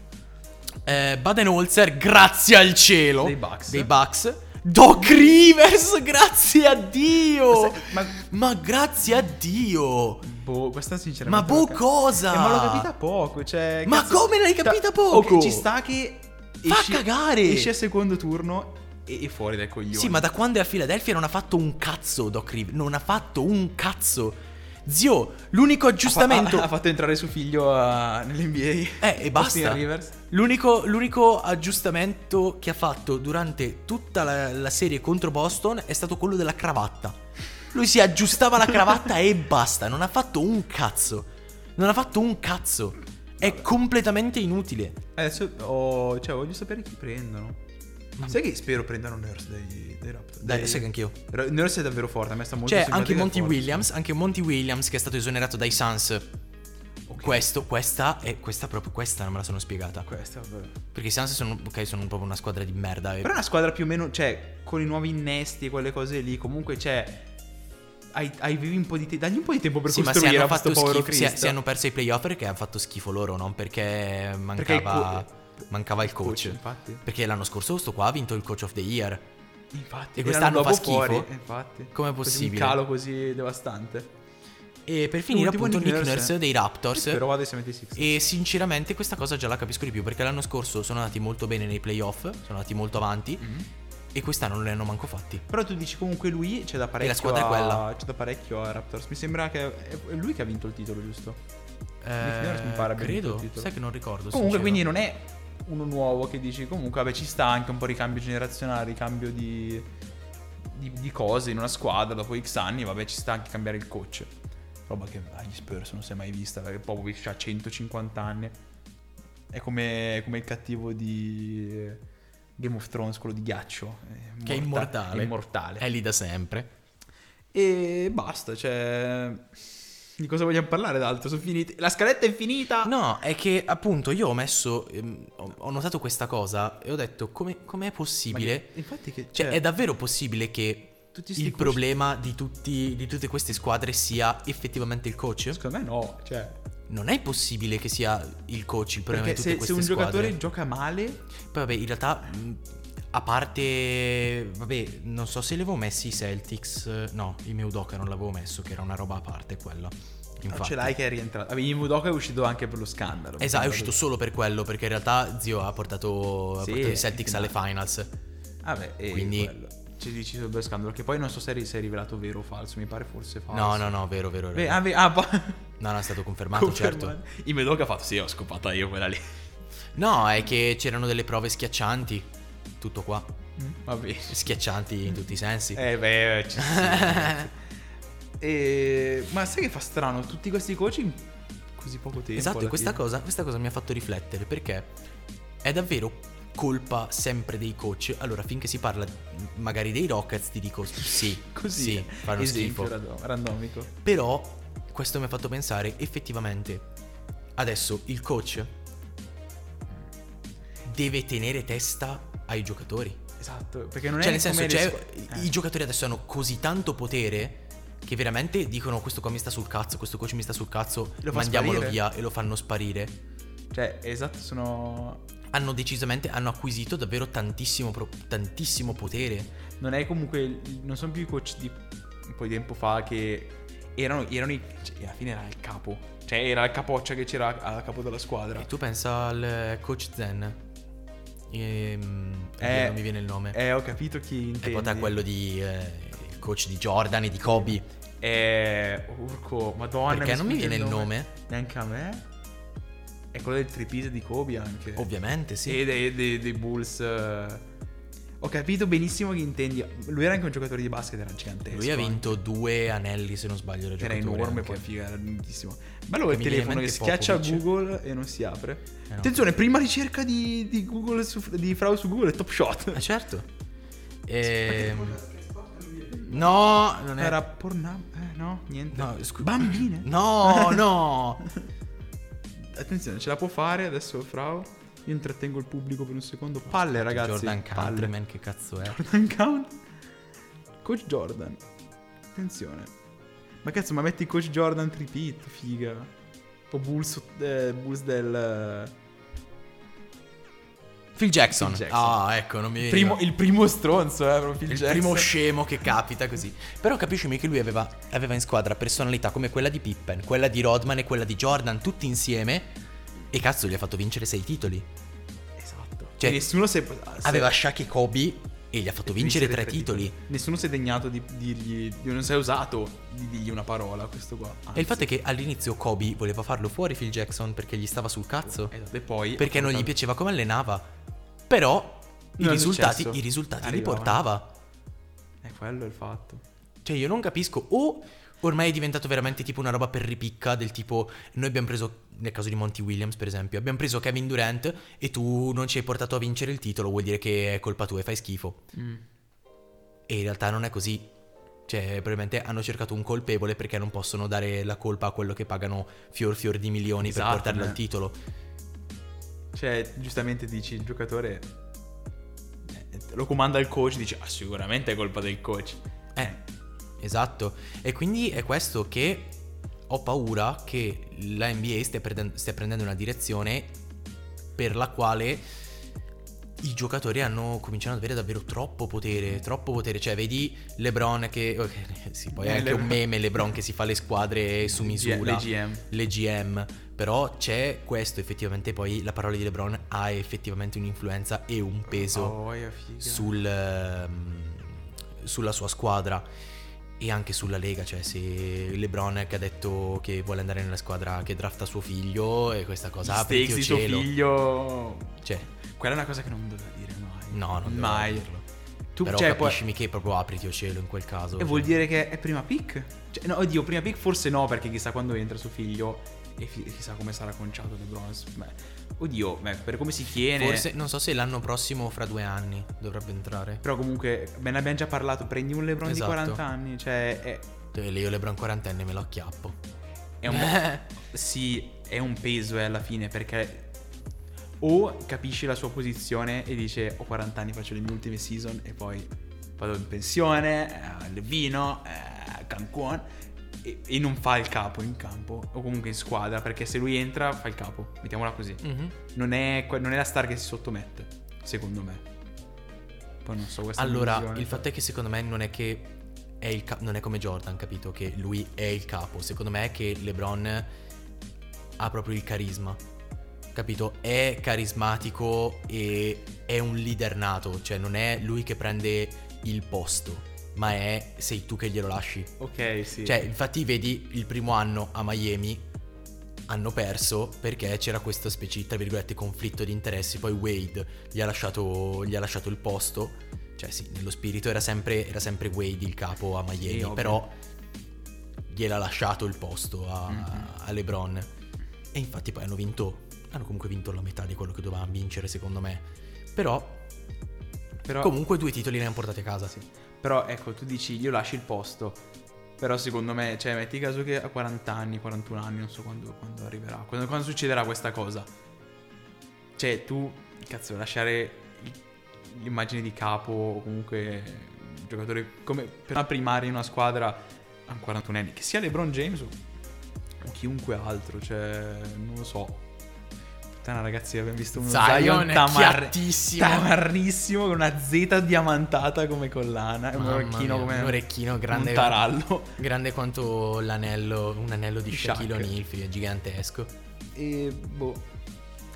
Eh, Baden-Holzer, grazie al cielo. Dei Bucks. Dei Bucks. Doc Rivers, grazie a Dio. Ma- Ma, grazie a Dio. Boh, questa sinceramente. Ma boh l'ho cap- cosa? Eh, ma l'ho capita poco. Cioè, Ma come l'hai ta- capita poco? ok, ci sta che. Fa cagare! Esce al secondo turno e, e fuori dai coglioni. Sì, ma da quando è a Filadelfia non ha fatto un cazzo Doc Rivers. Non ha fatto un cazzo. Zio, l'unico aggiustamento... Ha, ha fatto entrare suo figlio a- nell'NBA. Eh, e basta. Austin Rivers. L'unico, l'unico aggiustamento che ha fatto durante tutta la, la serie contro Boston è stato quello della cravatta. Lui si aggiustava la cravatta e basta. Non ha fatto un cazzo. Non ha fatto un cazzo. È completamente inutile. Adesso ho- cioè, voglio sapere chi prendono. Sai che spero prendano Nurse dei, dei Raptor. Mm. Dai, dei- sai che anch'io. Ra- Nurse è davvero forte, a me sta molto Cioè, simpatica anche e Monty forte. Williams, anche Monty Williams che è stato esonerato dai Suns. Ok. Questo, questa e questa proprio questa non me la sono spiegata. Questa, vabbè. Perché i Suns sono, ok, sono proprio una squadra di merda. eh. e- Però è una squadra più o meno, cioè, con i nuovi innesti e quelle cose lì, comunque c'è... Hai, hai vivi un po' di te- dagli un po' di tempo per Sì, ma si costruire hanno a questo fatto povero schifo. Si, Cristo. si hanno perso i playoff perché hanno fatto schifo loro, non perché Perché il mancava, co- mancava il coach. infatti. Perché l'anno scorso sto qua ha vinto il coach of the year. Infatti. E quest'anno erano fa dopo schifo? fuori, eh, infatti. Com'è Così possibile? Un calo così devastante. E per finire Ultimo appunto Nick Nick Nurse, Nurse, eh. dei Raptors. Però vado ai 76. E sinceramente questa cosa già la capisco di più perché l'anno scorso sono andati molto bene nei playoff, sono andati molto Mm. avanti e quest'anno non li hanno manco fatti. Mm-hmm. Però tu dici comunque lui c'è da parecchio squadra è a- quella. C'è da parecchio a Raptors. Mi sembra che è è lui che ha vinto il titolo, giusto? Eh, Nurse mi pare abbia vinto il credo, titolo. sai che non ricordo. Comunque, sincero. quindi non è uno nuovo che dici comunque, vabbè, ci sta anche un po' ricambio generazionale, ricambio di, di, di cose in una squadra dopo X anni, vabbè, ci sta anche cambiare il coach. Roba che agli Spurs non si è mai vista, perché Popovic ha 150 anni. È È come, come il cattivo di Game of Thrones, quello di ghiaccio. Che è immortale. Eh. È immortale. È lì da sempre. E basta, cioè... Di cosa vogliamo parlare d'altro? Sono finite. La scaletta è finita! No, è che appunto io ho messo. ehm, ho ho notato questa cosa e ho detto: come, com'è Ma possibile? che- Infatti che... Cioè, è davvero possibile che Tutti sti il coach- problema di, tutti- di tutte queste squadre sia effettivamente il coach? Secondo me no, cioè... Non è possibile che sia il coach il problema di Perché tutte se, se queste un squadre. giocatore gioca male... Poi vabbè, in realtà, mh, a parte... Vabbè, non so se li avevo messi i Celtics. eh, No, il mio Udoka non l'avevo messo, che era una roba a parte quella. Non Infatti. Ah, ce l'hai che è rientrato. Vabbè, Mudoka è uscito anche per lo scandalo. Esatto, è uscito solo per quello, perché in realtà zio ha portato, ha Sì, eh, portato i Celtics finale. alle finals. Vabbè, e Quindi- quello. Ci dici sul bel scandalo, che poi non so se ri- si è rivelato vero o falso, mi pare forse falso. No, no, no, vero, vero. vero. Beh, ah, beh, ah, pa- no, no, è stato confermato, certo. confermato. Il Medoc ha fatto, sì, ho scopata io quella lì. No, è che c'erano delle prove schiaccianti. Tutto qua. Mm. Vabbè. Schiaccianti in tutti i sensi. Eh beh, ci e... Ma sai che fa strano? Tutti questi coach in così poco tempo. esatto, alla questa fine. cosa, questa cosa mi ha fatto riflettere perché è davvero colpa sempre dei coach. Allora, finché si parla magari dei Rockets, ti dico sì, Così, sì, eh. fanno Esempio schifo. random- randomico. Però questo mi ha fatto pensare effettivamente adesso il coach deve tenere testa ai giocatori. Esatto, perché non Cioè, è nel senso, come cioè, le squ- i eh. giocatori adesso hanno così tanto potere che veramente dicono questo qua mi sta sul cazzo, questo coach mi sta sul cazzo, Lo fa mandiamolo sparire. via e lo fanno sparire. Cioè, esatto, sono... Hanno decisamente, hanno acquisito davvero tantissimo, pro- tantissimo potere. non è comunque non sono più i coach di un po' di tempo fa che erano, erano i, cioè, alla fine era il capo cioè era la capoccia che c'era a capo della squadra E tu pensa al eh, coach Zen. Ehm, oddio, non mi viene il nome. eh ho capito chi È intendi poi da quello di eh, il coach di Jordan e di Kobe. eh urco madonna Perché non mi sfugge viene il nome? neanche a me è quello del tripise di Kobe anche Ovviamente, sì. e dei, dei- dei Bulls eh. ho capito benissimo chi intendi lui era anche un giocatore di basket era gigantesco Lui ha vinto due anelli, se non sbaglio, da Era giocatore. enorme, anche. poi figa, era lunghissimo. Bello il mi viene in telefono che mente schiaccia Popovic. Google e non si apre. Eh no. Attenzione, prima ricerca di, di Google su, di fraude su Google è top shot. Ah, certo. Ehm, No, non era. Era porna... Eh, no, niente. No, scu- Bambine. No, no. Attenzione, ce la può fare adesso Frau. Io intrattengo il pubblico per un secondo. Palle, ragazzi. Jordan palle. Countryman, che cazzo è? Jordan Count. Coach Jordan. Attenzione. Ma cazzo, ma metti Coach Jordan tripit, figa. O Bulls, eh, Bulls del... eh, Phil Jackson. Phil Jackson. Ah, ecco, non mi veniva. Primo- il primo stronzo, eh, proprio Phil Il Jackson. primo scemo che capita così. Però capiscimi che lui aveva, aveva in squadra personalità come quella di Pippen, quella di Rodman e quella di Jordan, tutti insieme. E cazzo, gli ha fatto vincere sei titoli. Esatto. Cioè, E nessuno si è... Aveva Shaq e Kobe e gli ha fatto vincere tre titoli. Nessuno si è degnato di dirgli... di- non si è usato di dirgli una parola a questo qua. E il fatto è che all'inizio Kobe voleva farlo fuori Phil Jackson perché gli stava sul cazzo. E Eh, poi... Perché non gli piaceva come allenava. Però i Non è risultati, successo. i risultati li Arrivavano. portava. È quello è il fatto. Cioè, io non capisco. O ormai è diventato veramente tipo una roba per ripicca. Del tipo, noi abbiamo preso, nel caso di Monty Williams, per esempio, abbiamo preso Kevin Durant e tu non ci hai portato a vincere il titolo. Vuol dire che è colpa tua e fai schifo. E in realtà non è così. Cioè, probabilmente hanno cercato un colpevole perché non possono dare la colpa a quello che pagano fior fior di milioni Esatto, per portarlo eh. al titolo. Cioè, giustamente dici, il giocatore... eh, Lo comanda il coach, dice, ah, sicuramente è colpa del coach. Eh, esatto. E quindi è questo che ho paura che la NBA stia, preden- stia prendendo una direzione per la quale i giocatori hanno cominciano ad avere davvero troppo potere, troppo potere. Cioè, vedi LeBron che... ok, sì, poi è Eh, anche un LeBron. meme LeBron che si fa le squadre su Le G- misura. le GM. Le GM. Però c'è questo, effettivamente, poi la parola di LeBron ha effettivamente un'influenza e un peso Ah, voglia, figa. sul, ehm, sulla sua squadra e anche sulla Lega, cioè se LeBron che ha detto che vuole andare nella squadra che drafta suo figlio e questa Gli cosa apri stakes il di tuo cielo. figlio... Cioè, Quella è una cosa che non doveva dire mai. no, non devo mai. dirlo. Tu, Però cioè, poi, capiscimi che proprio apriti il cielo in quel caso. E vuol cioè. dire che è prima pick? Cioè, no, oddio, prima pick forse no, perché chissà quando entra suo figlio E chi- chissà come sarà conciato LeBron. Beh, oddio, beh, per come si tiene. Forse, non so se l'anno prossimo o fra due anni dovrebbe entrare. Però comunque, me ne abbiamo già parlato. Prendi un LeBron Esatto. di 40 anni. Cioè, è, Eh, Io Lebron quarantenne me lo acchiappo. è un. sì, è un peso eh, alla fine perché. O capisci la sua posizione e dice ho 40 anni, faccio le mie ultime season e poi vado in pensione, eh, al vino, eh, Cancun e, e non fa il capo in campo o comunque in squadra perché se lui entra fa il capo, mettiamola così. Mhm. Non è, que- non è la star che si sottomette, secondo me. Poi non so questa è una Allora, visione. il fatto è che secondo me non è che è il ca- non è come Jordan, capito? Che lui è il capo. Secondo me è che LeBron ha proprio il carisma. Capito? È carismatico e è un leader nato, cioè non è lui che prende il posto, ma è sei tu che glielo lasci. Ok, sì. Cioè, infatti, vedi il primo anno a Miami hanno perso perché c'era questo specie, tra virgolette, conflitto di interessi. Poi Wade gli ha lasciato, gli ha lasciato il posto. Cioè, sì, nello spirito era sempre, era sempre Wade il capo a Miami, ovvio. però gliel'ha lasciato il posto a, Mhm. a LeBron. E infatti poi hanno vinto. Hanno comunque vinto la metà di quello che dovevano vincere, secondo me. Però, però, comunque due titoli li hanno portati a casa. Sì. Però ecco, tu dici io lascio il posto. Però secondo me, cioè, metti caso che a 40 anni, 41 anni, non so quando, quando arriverà, quando, quando succederà questa cosa. Cioè, tu, cazzo, lasciare il- l'immagine di capo o comunque un giocatore come per una primaria in una squadra a un 41 anni, che sia LeBron James o, o chiunque altro, cioè, non lo so. Puttana ragazzi, abbiamo visto uno Zion Zion è tamar- chiattissimo. tamarrissimo con una Z diamantata come collana, e un Mamma orecchino mia, come un orecchino grande- un tarallo. Grande quanto l'anello, un anello di Di Shaquille Shaq. O'Neal, figlio, è gigantesco. E boh.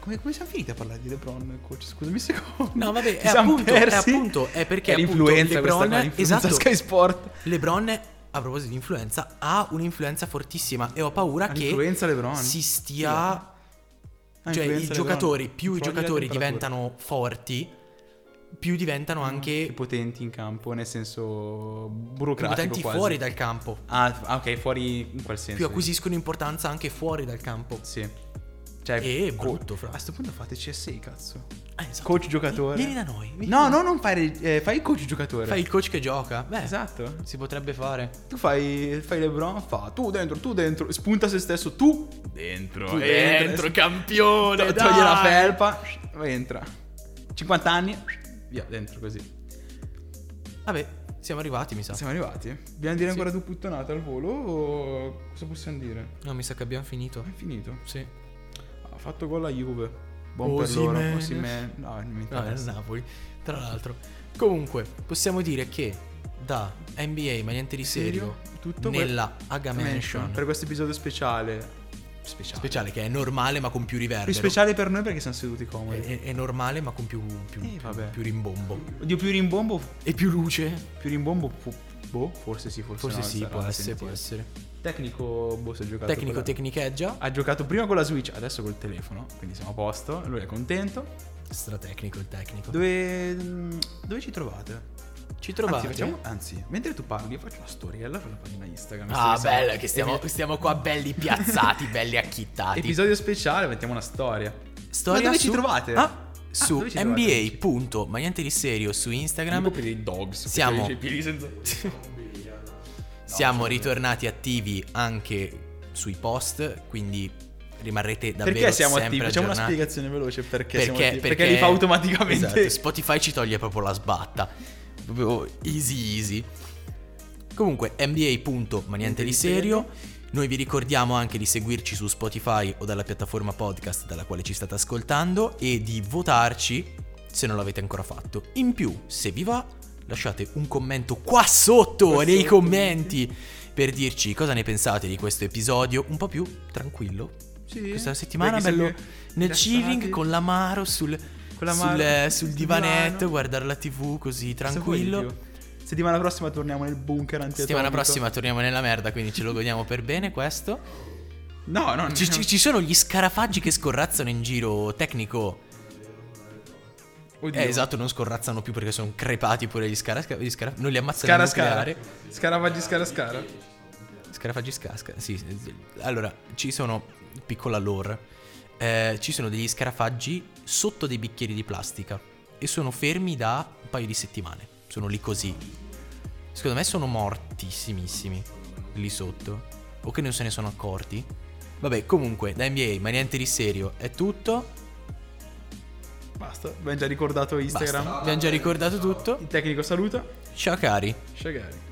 Come, come siamo finiti a parlare di LeBron, coach? Scusami un secondo. No, vabbè, è Ci siamo appunto, è persi. appunto, è perché È appunto l'influenza LeBron- questa qua, l'influenza esatto. Sky Sport. LeBron, a proposito di influenza, ha un'influenza fortissima e ho paura Ha che l'influenza LeBron. si Ha stia... Cioè, influenza i LeBron. giocatori, più i Influenza la giocatori temperatura. Mm, diventano forti, più diventano anche Più potenti in campo, nel senso burocratico potenti quasi. fuori dal campo, Ah, ah, ok, fuori in quel senso. più acquisiscono importanza anche fuori dal campo. Sì. Cioè, E è co- Eh, brutto, fra. A sto punto fate CSI, cazzo. Ah, esatto. Coach giocatore. Vieni da noi. vieni da No, noi. no, non fai, eh, fai il coach giocatore. Fai il coach che gioca. Beh, Esatto. si potrebbe fare. Tu fai, fai LeBron, fa tu dentro, tu dentro, spunta se stesso, tu dentro, Tu dentro, campione, to- dai! toglie la felpa, entra. 50 anni, via, dentro così. Vabbè, siamo arrivati, mi sa. Siamo arrivati. Dobbiamo dire Sì. ancora due puttonate al volo o cosa possiamo dire? No, mi sa che abbiamo finito. È finito. Sì. Ha fatto gol la Juve. Buon per Osimhen. loro, Osimhen. No, non No, era mi il interessa. Napoli, tra l'altro. Comunque, possiamo dire che da NBA, ma niente di serio, Tutto que- nella Aga Mansion, Per questo episodio speciale. Speciale. speciale che è normale ma con più riverbero. Più speciale per noi perché siamo seduti comodi. È, è- è normale ma con più, più, Eh, vabbè. più rimbombo. Oddio, più rimbombo. E più luce? Più rimbombo. fu- boh, forse sì, forse, Forse no, sì, sarà può da essere, può sentire. essere. Tecnico, boh, si è giocato. Tecnico con la- tecnicheggia, Ha giocato prima con la Switch, adesso col telefono. Quindi siamo a posto. Lui è contento. stratecnico il tecnico. Dove. mm, Dove ci trovate? Ci Anzi, trovate? facciamo- anzi, mentre tu parli, io faccio una storiella per la pagina Instagram. Ah, visto che siamo- bello, che stiamo, epi- stiamo qua belli piazzati, belli acchittati. Episodio speciale, mettiamo una storia. Storia Ma dove ci su- trovate? Ah, Ah, su dove ci trovate? NBA. punto, Ma niente di serio su Instagram. Dico per i dogs. Siamo- perché i piedi senza- cioè, Siamo ritornati attivi anche sui post, quindi rimarrete davvero Perché siamo sempre attivi? Facciamo aggiornati. una spiegazione veloce perché, perché, siamo attivi. Perché, li fa automaticamente. Esatto, Spotify ci toglie proprio la sbatta. Proprio easy easy. Comunque NBA punto, ma niente di serio. Noi vi ricordiamo anche di seguirci su Spotify o dalla piattaforma podcast dalla quale ci state ascoltando e di votarci se non l'avete ancora fatto. In più, se vi va, lasciate un commento qua sotto Qua nei sotto, commenti per dirci cosa ne pensate di questo episodio un po' più tranquillo. Sì, Questa settimana perché bello siamo nel rilassati. chilling con l'amaro sul, Con l'amaro, sul, eh, sul sul divanetto, divano. guardare la tv così Questo tranquillo. video. Settimana prossima torniamo nel bunker antiatomico. Settimana prossima torniamo nella merda, quindi ce lo godiamo per bene questo. No, no, Ci, no. ci- ci sono gli scarafaggi che scorrazzano in giro, tecnico. Oddio. Eh, esatto, non scorrazzano più perché sono crepati pure gli scarafaggi. Gli scara- non li ammazzano Scara al scara. nucleare. Scaravaggi scara scara. Scarafaggi scasca. Sì, sì. allora ci sono piccola lore, eh, ci sono degli scarafaggi sotto dei bicchieri di plastica e sono fermi da un paio di settimane. Sono lì così. Secondo me sono mortissimissimi lì sotto. O che non se ne sono accorti. Vabbè, comunque, da NBA, ma niente di serio, è tutto. Basta, abbiamo già ricordato Basta. Instagram. Abbiamo già ricordato tutto. Il tecnico saluta. Ciao cari. Shagari.